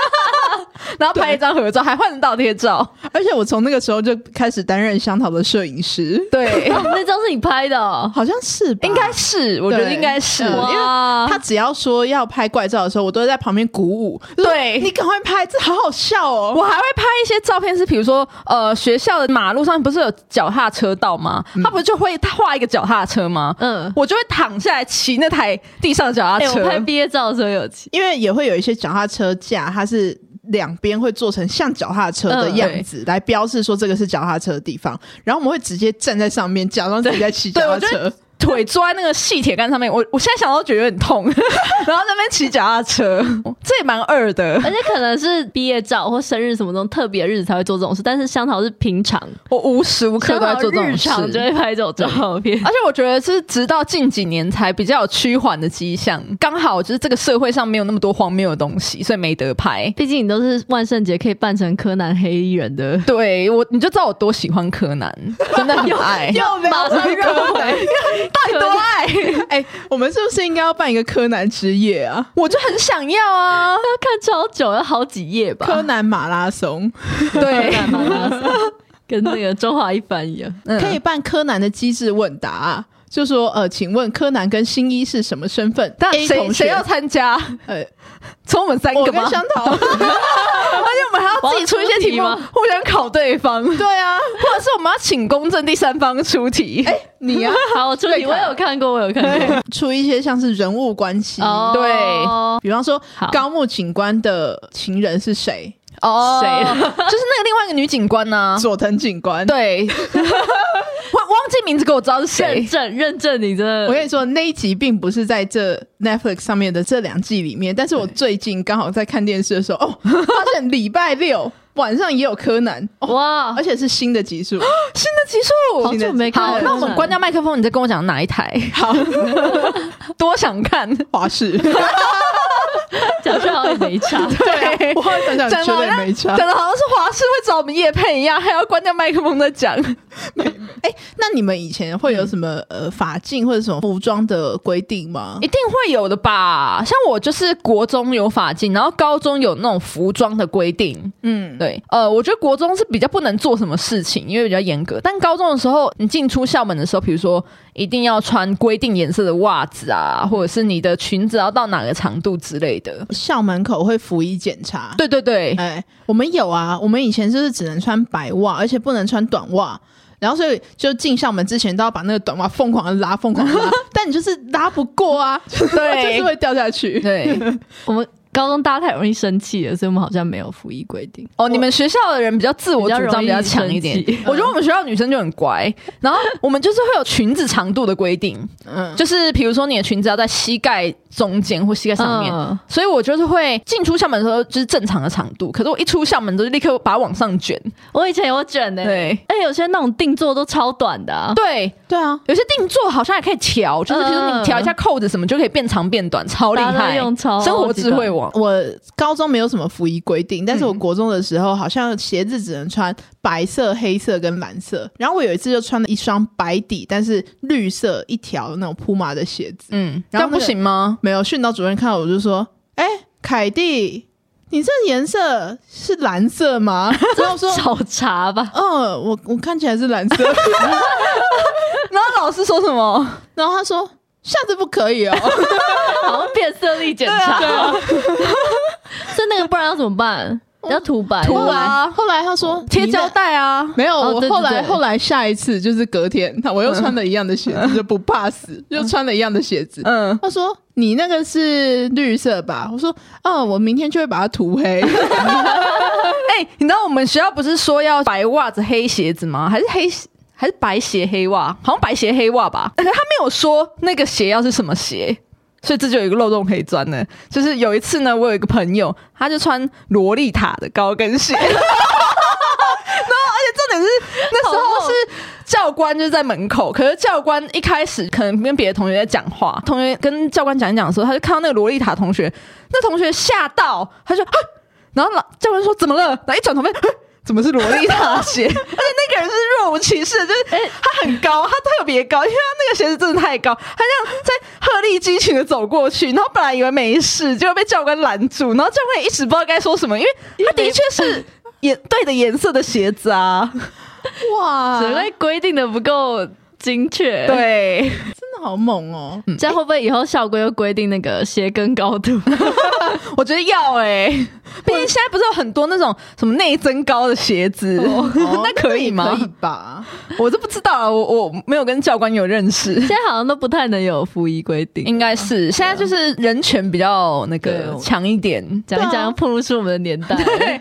S1: 然后拍一张合照，还换得到贴照。
S3: 而且我从那个时候就开始担任香桃的摄影师，
S1: 对，
S2: 那张是你拍的哦、
S3: 好像是
S1: [laughs]
S3: 吧？
S1: 应该是，我觉得
S3: 对
S1: 应该是。
S3: 嗯因为
S2: 哇
S3: 他只要说要拍怪照的时候，我都会在旁边鼓舞。
S1: 对
S3: 你赶快拍，这好好笑哦！
S1: 我还会拍一些照片，是比如说，呃，学校的马路上不是有脚踏车道吗？他不就会画一个脚踏车吗？
S2: 嗯，
S1: 我就会躺下来骑那台地上的脚踏
S2: 哎、
S1: 车。
S2: 我拍
S1: [laughs]
S2: 毕业照的时候有骑，
S3: 因为也会有一些脚踏车架，它是两边会做成像脚踏车
S1: 嗯
S3: 的样子，来标示说这个是脚踏车的地方。然后我们会直接站在上面，假装自己在骑脚踏
S1: 对我
S3: 车。
S1: 腿坐在那个细铁杆上面，我我现在想到觉得有点痛， [laughs] 然后在那边骑脚踏车，这也蛮二的。
S2: [laughs] 而且可能是毕业照或生日什么那种特别日子才会做这种事，但是香桃是平常，
S1: 我无时无刻
S2: 香
S1: 都在
S2: 桃
S1: 做这种
S2: 日
S1: 事，
S2: 常就会拍这种照片。
S1: 而且我觉得是直到近几年才比较有趋缓的迹象，刚好就是这个社会上没有那么多荒谬的东西，所以没得拍。
S2: 毕竟你都是万圣节可以扮成柯南黑衣人的，
S1: 对我，你就知道我多喜欢柯南，真的很爱。
S3: 又没
S2: 马上认回，
S1: 到底多爱？
S3: 哎、我们是不是应该要办一个柯南之夜啊？
S1: 我就很想要啊！
S2: 要看超久，要好几页吧。
S3: 柯南马拉松、
S1: 对，
S2: 干嘛拉萨跟那个中华一番一样。
S1: 嗯
S3: 可以。办柯南的机智问答、就说呃，请问柯南跟新一是什么身份？
S1: 但
S3: A
S1: 谁
S3: 同学
S1: 谁要哎参加？
S3: 呃，
S1: 从我们三
S3: 我
S1: 个
S3: 跟
S1: 吗？
S3: 香
S1: [laughs]
S3: 桃，
S1: 而且我们还要自己出一些题目，
S2: 我要出题吗
S1: 互相考对方，或
S3: 对啊，
S1: 者是我们要请公正第三方出题。
S3: 你啊，
S2: 好，我出题，我有看过，我有看过。
S3: 出一些像是人物关系，
S1: 对
S2: 哦
S3: 比方说
S2: 好
S3: 高木警官的情人是谁？
S1: 哦
S2: 谁
S1: 就是那个另外一个女警官
S3: [laughs]
S1: 呢？
S3: 佐藤警官。，
S1: 啊对， [laughs] 忘忘记名字，给我知道是
S2: 认
S1: 谁。
S2: 证认证，你真
S3: 我
S2: 的
S3: 跟你说，那一集并不是在这 Netflix 上面的这两季里面，但是我最近刚好在看电视的时候，哦，发现礼拜六晚上也有柯南，哦，
S2: 哇
S3: 而，且是新的集数。
S1: 新的集
S2: 好
S1: 数。
S2: 久没看
S1: 好，
S2: 了。
S1: 那我们关掉麦克风，你再跟我讲哪一台？
S3: 好，
S1: [laughs] 多想看。
S3: 华 [laughs] 视。
S2: 讲出来好像也没 [laughs]
S1: [laughs]
S2: 差。
S1: 对
S3: 我后来想想
S1: 讲的
S3: 觉
S1: 好
S3: 得也
S1: 像
S3: 没差
S1: 讲。的好像是华视会找我们叶配一样，还要关掉麦克风再讲。
S3: 那你们以前会有什么、呃法禁或者什么服装的规定吗？
S1: 一定会有的吧？像我就是国中有法禁，然后高中有那种服装的规定。
S3: 嗯，
S1: 对，呃，我觉得国中是比较不能做什么事情，因为比较严格。但高中的时候，你进出校门的时候，比如说一定要穿规定颜色的袜子啊，或者是你的裙子要到哪个长度之类的。
S3: 校门口会服役检查。
S1: 对对对，
S3: 哎，我们有啊，我们以前就是只能穿白袜，而且不能穿短袜。然后所以就进校门之前都要把那个短袜疯狂的拉，疯狂的 [laughs] 拉，但你就是拉不过啊，
S1: [laughs] 对
S3: 就是会掉下
S1: [laughs]
S3: 去。
S1: 对，
S2: 我们高中大家太容易生气了，所以我们好像没有服役规定。
S1: 哦，你们学校的人比较自我主张
S2: 比
S1: 比
S2: 较容
S1: 较
S2: 易
S1: 强一点
S2: 生气，
S1: 我觉得我们学校女生就很
S2: [laughs]
S1: 乖，然后我们就是会有裙子长度的规定，
S3: 嗯，
S1: 就是比如说你的裙子要在膝盖中间或膝盖上面，
S2: 嗯
S1: 所以我就是会进出校门的时候就是正常的长度，可是我一出校门都立刻把它往上卷，
S2: 我以前有卷呢，
S1: 对
S2: 而且有些那种定做都超短的啊。
S1: 对。
S3: 对啊，
S1: 有些定做好像还可以调，就是比如说你调一下扣子什么，就可以变长变短，超厉
S2: 嗯大家都
S1: 害！
S2: 用超
S1: 生活智慧网，
S3: 我高中没有什么服役规定，但是我
S1: 嗯
S3: 国中的时候好像鞋子只能穿白色、黑色跟蓝色。然后我有一次就穿了一双白底但是绿色一条那种铺马的鞋子，
S1: 嗯，这
S3: 然后
S1: 样
S3: 那个
S1: 不行吗？
S3: 没有，训导主任看到我就说：“哎、凯蒂，你这颜色是蓝色吗？” [laughs] 然后我
S1: 啊 [laughs]
S3: 说
S2: 找茬吧：“，
S3: 嗯，我我看起来是蓝色。 [laughs]
S1: 然后老师说什么？”
S3: 然后他说：“下次不可以哦。
S2: 好像变色力检查。
S1: 啊
S2: 所以那个不然要怎么办？要涂白，
S1: 涂
S3: 后
S1: 啊
S3: 来后来他说：“
S1: 贴胶
S3: 带。”
S1: 带啊！
S3: [laughs] 没有，我
S2: 哦对对
S3: 后来
S2: 对
S3: 后来下一次就是隔天，他我又穿了一样的鞋 [laughs] 子，就不怕死，又穿了一样的鞋子。
S1: 嗯，
S3: 他说：“你那个是绿色吧？”我说：“嗯，我明天就会把它涂 [laughs] 黑。
S1: 哎、你知道我们学校不是说要白袜子黑鞋子吗？还是黑鞋还是白鞋黑袜？好像白鞋黑袜吧？可是他没有说那个鞋要是什么鞋，所以这就有一个漏洞可以钻呢。就是有一次呢，我有一个朋友，他就穿洛丽塔的高跟鞋。 [laughs] 然后，而且重点是那时
S2: 好
S1: 候
S2: 猛
S1: 是教官就是在门口，可是教官一开始可能跟别的同学在讲话，同学跟教官讲一讲的时候，他就看到那个洛丽塔同学，那同学吓到，他就啊然后老教官说怎么了？然后一转头发现，哎怎么是萝莉塔鞋？而且那个人是若无其事的，就是他很高，他特别高，因为他那个鞋子真的太高，他这样在鹤立鸡群的走过去，然后本来以为没事，结果被教官拦住，然后教官也一直不知道该说什么，因为他的确是颜对的颜色的鞋子啊，
S3: 哇，
S2: 只会规定的不够精确。，
S1: 对，
S3: 真的好猛哦！ [laughs]
S2: 这样会不会以后校规又规定那个鞋跟高
S1: [laughs]
S2: 度？
S1: 我觉得要哎、毕竟现在不是有很多那种什么内增高的鞋子，
S3: 哦
S1: [laughs] 那可以吗
S3: 可以？吧？
S1: 我都不知道啊，我我没有跟教官有认识。啊
S2: 现在好像都不太能有服役规定。
S1: [laughs] 应该是现在就是人权比较那
S2: 对
S1: 个
S2: 我
S1: 强一点，
S2: 讲一讲，暴露出我们的年代，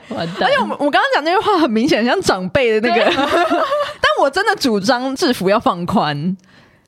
S2: 完蛋！
S1: 而且我们我刚刚讲那句话很明显像长辈的那个， [laughs] 但我真的主张制服要放宽，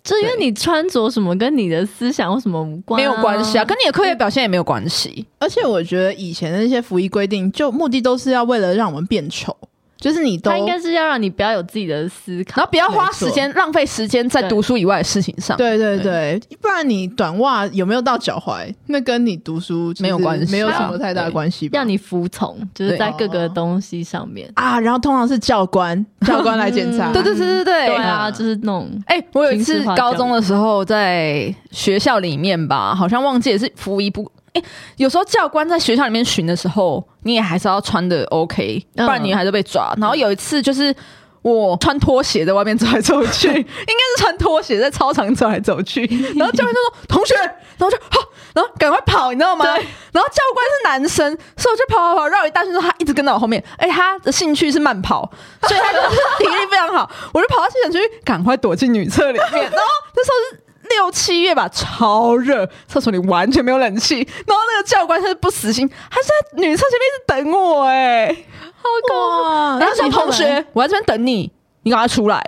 S2: 就因为你穿着什么跟你的思想有什么无关、
S1: 没有关系啊，。跟你的课业表现也没有关系。
S3: 而且我觉得以前的那些服役规定，就目的都是要为了让我们变丑，就是你都
S2: 他应该是要让你不要有自己的思考，
S1: 然后不要花
S3: 没错
S1: 时间浪费时间在
S2: 对
S1: 读书以外的事情上。
S3: 对对对，不然你短袜有没有到脚踝，那跟你读书其实
S1: 没有关系
S3: 没有
S2: 啊
S3: 什么太大
S1: 对
S3: 关系吧。
S2: 让你服从，就是
S1: 对
S2: 在各个东西上面。
S3: 啊，然后通常是教 [laughs] 官，教官来检查。
S1: 对对对对
S2: 对
S1: 对。
S2: 啊，
S3: 啊
S2: 就是那种
S1: 哎、我有一
S2: [laughs] 平时
S1: 次
S2: 化
S1: 高
S2: 教
S1: 中的时候在学校里面吧，好像忘记也是服一部。哎、有时候教官在学校里面巡的时候，你也还是要穿的 OK，不
S2: 嗯
S1: 然你还是被抓。然后有一次就是我穿拖鞋在外面走来走去， [laughs] 应该是穿拖鞋在操场走来走
S2: [laughs]
S1: 去，然后教官就说：“同学。”然后就哈，然后赶快跑，你知道吗？然后教官是男生，所以我就跑跑跑绕一大圈之后，他一直跟到我后面。哎、他的兴趣是慢跑，所以他就是体力非常好。 [laughs] 我就跑到气场去，赶快躲进女厕里面。然后那时候是。六七月吧，超热，厕所里完全没有冷气。然后那个教官他是不死心，他是在女厕前面一直等我、哎，
S3: Oh 哇，
S1: 然后说
S3: 哦你后来
S1: 同学，我在这边等你，你赶快出来。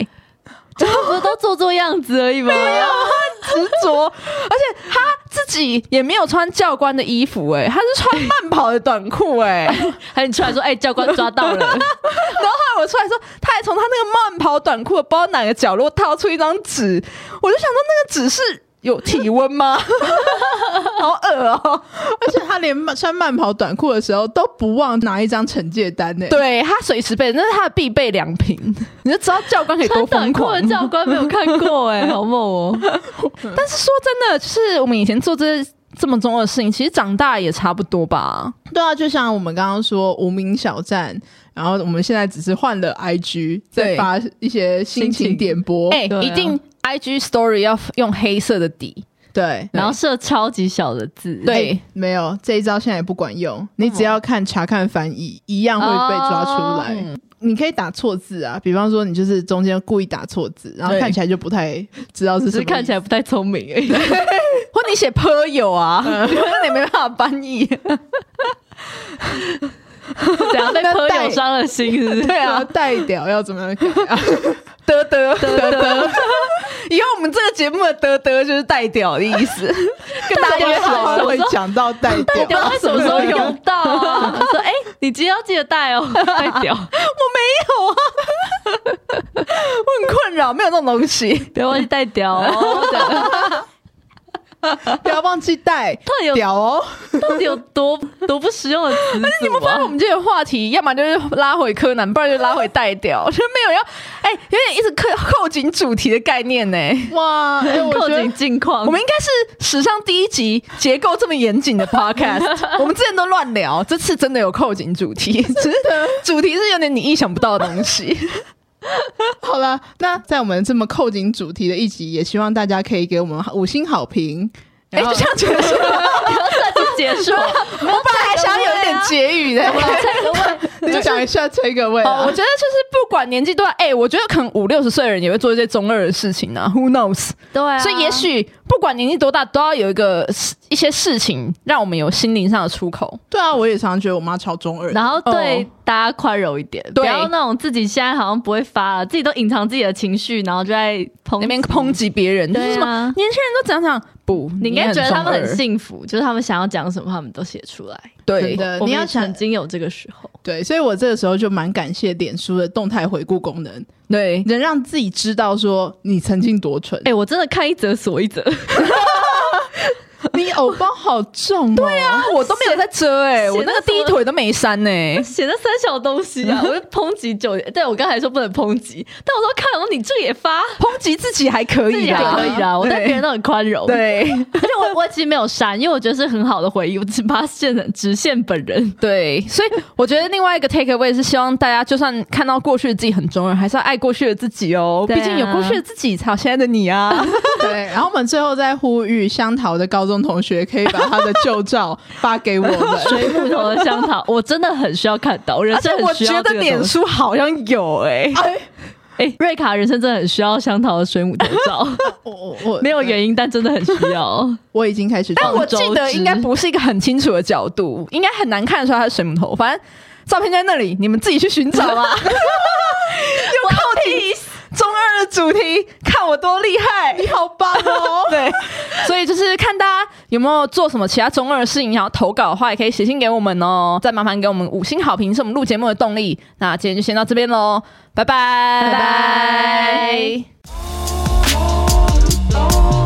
S2: 不是都做做样子而已吗？
S1: 执着，而且他自己也没有穿教官的衣服、哎，他是穿慢跑的短裤、哎。
S2: 还有你出来说，哎、教官抓到
S1: [laughs]
S2: 了，
S1: 然后后来我出来说，他还从他那个慢跑短裤的包哪个角落掏出一张纸，我就想说那个纸是有体温吗？ [laughs] 好恶哦、
S3: 而且他连慢穿慢跑短裤的时候都不忘拿一张惩戒单欸呢。，
S1: 对他随时备，那是他的必备良品。 [laughs] 你就知道教官可以哎多
S2: 穿短
S1: 疯
S2: 裤的
S1: 狂。
S2: 教官没有看过、哎，好
S1: [laughs]
S2: 猛哦、
S1: 但是说真的，就是我们以前做这这么中二的事情，其实长大也差不多吧。
S3: 对啊，就像我们刚刚说无名小站，然后我们现在只是换了 IG，再
S1: 对
S3: 发一些心
S2: 心
S3: 情
S2: 情
S3: 点播。
S1: 哎、
S2: 对啊
S1: 一定 I G Story 要用黑色的底，
S3: 对，
S2: 然后设超级小的字，
S1: 对
S3: 哎没有这一招现在也不管用，你只要看查看翻译，一样会被抓出来。你可以打错字啊，比方说你就是中间故意打错字，然后
S1: 对
S3: 看起来就不太知道是
S2: 只
S3: 什
S2: 是
S3: 么。
S2: 看起
S3: 来，
S2: 来不太聪明
S1: [laughs]
S2: 而已。
S1: 或你写颇友 [laughs] 啊，那你没办法翻译。 [laughs]
S2: 怎样被
S3: 那
S2: 朋
S3: 带
S2: 友伤了心，是不
S1: [laughs]
S2: 是？
S1: 对啊，
S3: 代表要怎么样改啊？
S1: 得得得得， [laughs] 以后我们这个节目的得得就是代表的意思，跟大家约好
S3: [laughs] 好
S1: 了。
S3: 会讲到代
S2: 代
S3: 表
S2: 表，他什么时候 [laughs] 用到啊？说哎、你今天要记得带
S1: [laughs]
S2: 哦，代表。
S1: 我很困扰，没有那种东西。
S2: 不要忘记带屌哦！这样
S3: 不要忘记带
S2: 到底有
S3: 屌哦。
S2: 到底有多多不实用的词组、啊？你
S1: [laughs]
S2: 们
S1: 不然哎我们这个话题，要么就是拉回柯南，不然就拉回代表，就没有要哎、有点一直扣扣紧主题的概念呢、
S3: 哇，哎、我
S2: 扣
S3: 觉得
S2: 紧近况，
S1: 我们应该是史上第一集结构这么严谨 [laughs] 的 podcast。我们之前都乱聊，这次真的有扣紧主题，只是主题是有点你意想不到的东 [laughs] 西。
S3: 好了。那在我们这么扣紧主题的一集，也希望大家可以给我们五星好评。
S1: 哎、
S3: 然后
S1: 就这样结束了。
S2: 不 [laughs] 要算是结束，
S1: 我本来还想有一点结语的、
S2: [laughs]
S3: 你讲一下这个位、
S1: [laughs] 哦，
S3: 啊
S1: 我觉得就是不管年纪多大，哎、我觉得可能五六十岁的人也会做一些中二的事情啊，Who knows？、
S2: 对啊。
S1: 所以也许不管年纪多大，都要有一个事一些事情让我们有心灵上的出口。
S3: 对啊，我也常常觉得我妈超中二的。
S2: 然后对
S1: 哦
S2: 大家宽容一点，不
S1: 对
S2: 要那种自己现在好像不会发了，自己都隐藏自己的情绪，然后就在抨
S1: 那边抨击别人，就
S2: 对啊
S1: 是什么年轻人都怎样怎样，不，
S2: 你应该觉得他们
S1: 你
S2: 很
S1: 中
S2: 幸福，就是他们想要讲什么，他们都写出来。
S1: 二
S3: 真
S1: 对
S3: 的呃
S2: 我们
S3: 你要
S2: 也
S3: 想
S2: 曾经有这个时候，
S3: 对，所以我这个时候就蛮感谢脸书的动态回顾功能，
S1: 对。
S3: 能让自己知
S2: [laughs]
S3: 道说你曾经多蠢
S2: 哎、。我真的看一则锁一则，
S3: 你偶包好重、哦，对啊，
S1: 我都没有在遮哎、我那个第一腿都没删欸呢、
S2: [laughs] 写的三小东西 [laughs] 啊！我就抨击九，对我刚才说不能抨击，但我说看，我说你这也发，
S1: 抨击自己还可
S2: 自
S1: 以
S2: 己
S1: 啦，
S2: 还可以啦，我
S1: [laughs]
S2: 对别人都很宽容。，
S1: 对
S2: 而且我 [laughs] 我其实没有删，因为我觉得是很好的回忆，我只把现人只限本人。
S1: 对，所以我觉得另外一个 take away 是希望大家就算看到过去的自己很中人，还是要爱过去的自己哦，
S2: 对啊
S1: 毕竟有过去的自己才有现在的你啊。
S3: 对。然后我们最后再呼吁香桃的高中同学，可以把他的旧照发给
S2: [laughs]
S3: 我们。
S2: 水木头的香草，我真的很需要看到，我人
S1: 而且
S2: 生
S1: 我
S2: 很需
S1: 觉
S2: 要
S1: 得
S2: 这个
S1: 脸
S2: 东西。
S1: 书好像有哎、
S2: 哎、瑞卡人生真的很需要香桃的水母头
S1: [laughs]
S2: 照，
S3: 我我我
S2: 没有原因，但真的很需要。
S3: 我已经开始放，
S1: 但我记得应该不是一个很清楚的角度，应该很难看得出来他是水母头。反正照片在那里，你们自己去寻找 [laughs] 吧。有靠题中二的主题，看我多厉害！你好棒哦！对，所以就是看大家有没有做什么其他中二的事情，想要投稿的话，也可以写信给我们哦。再麻烦给我们五星好评，是我们录节目的动力。那今天就先到这边喽，拜拜
S2: 拜拜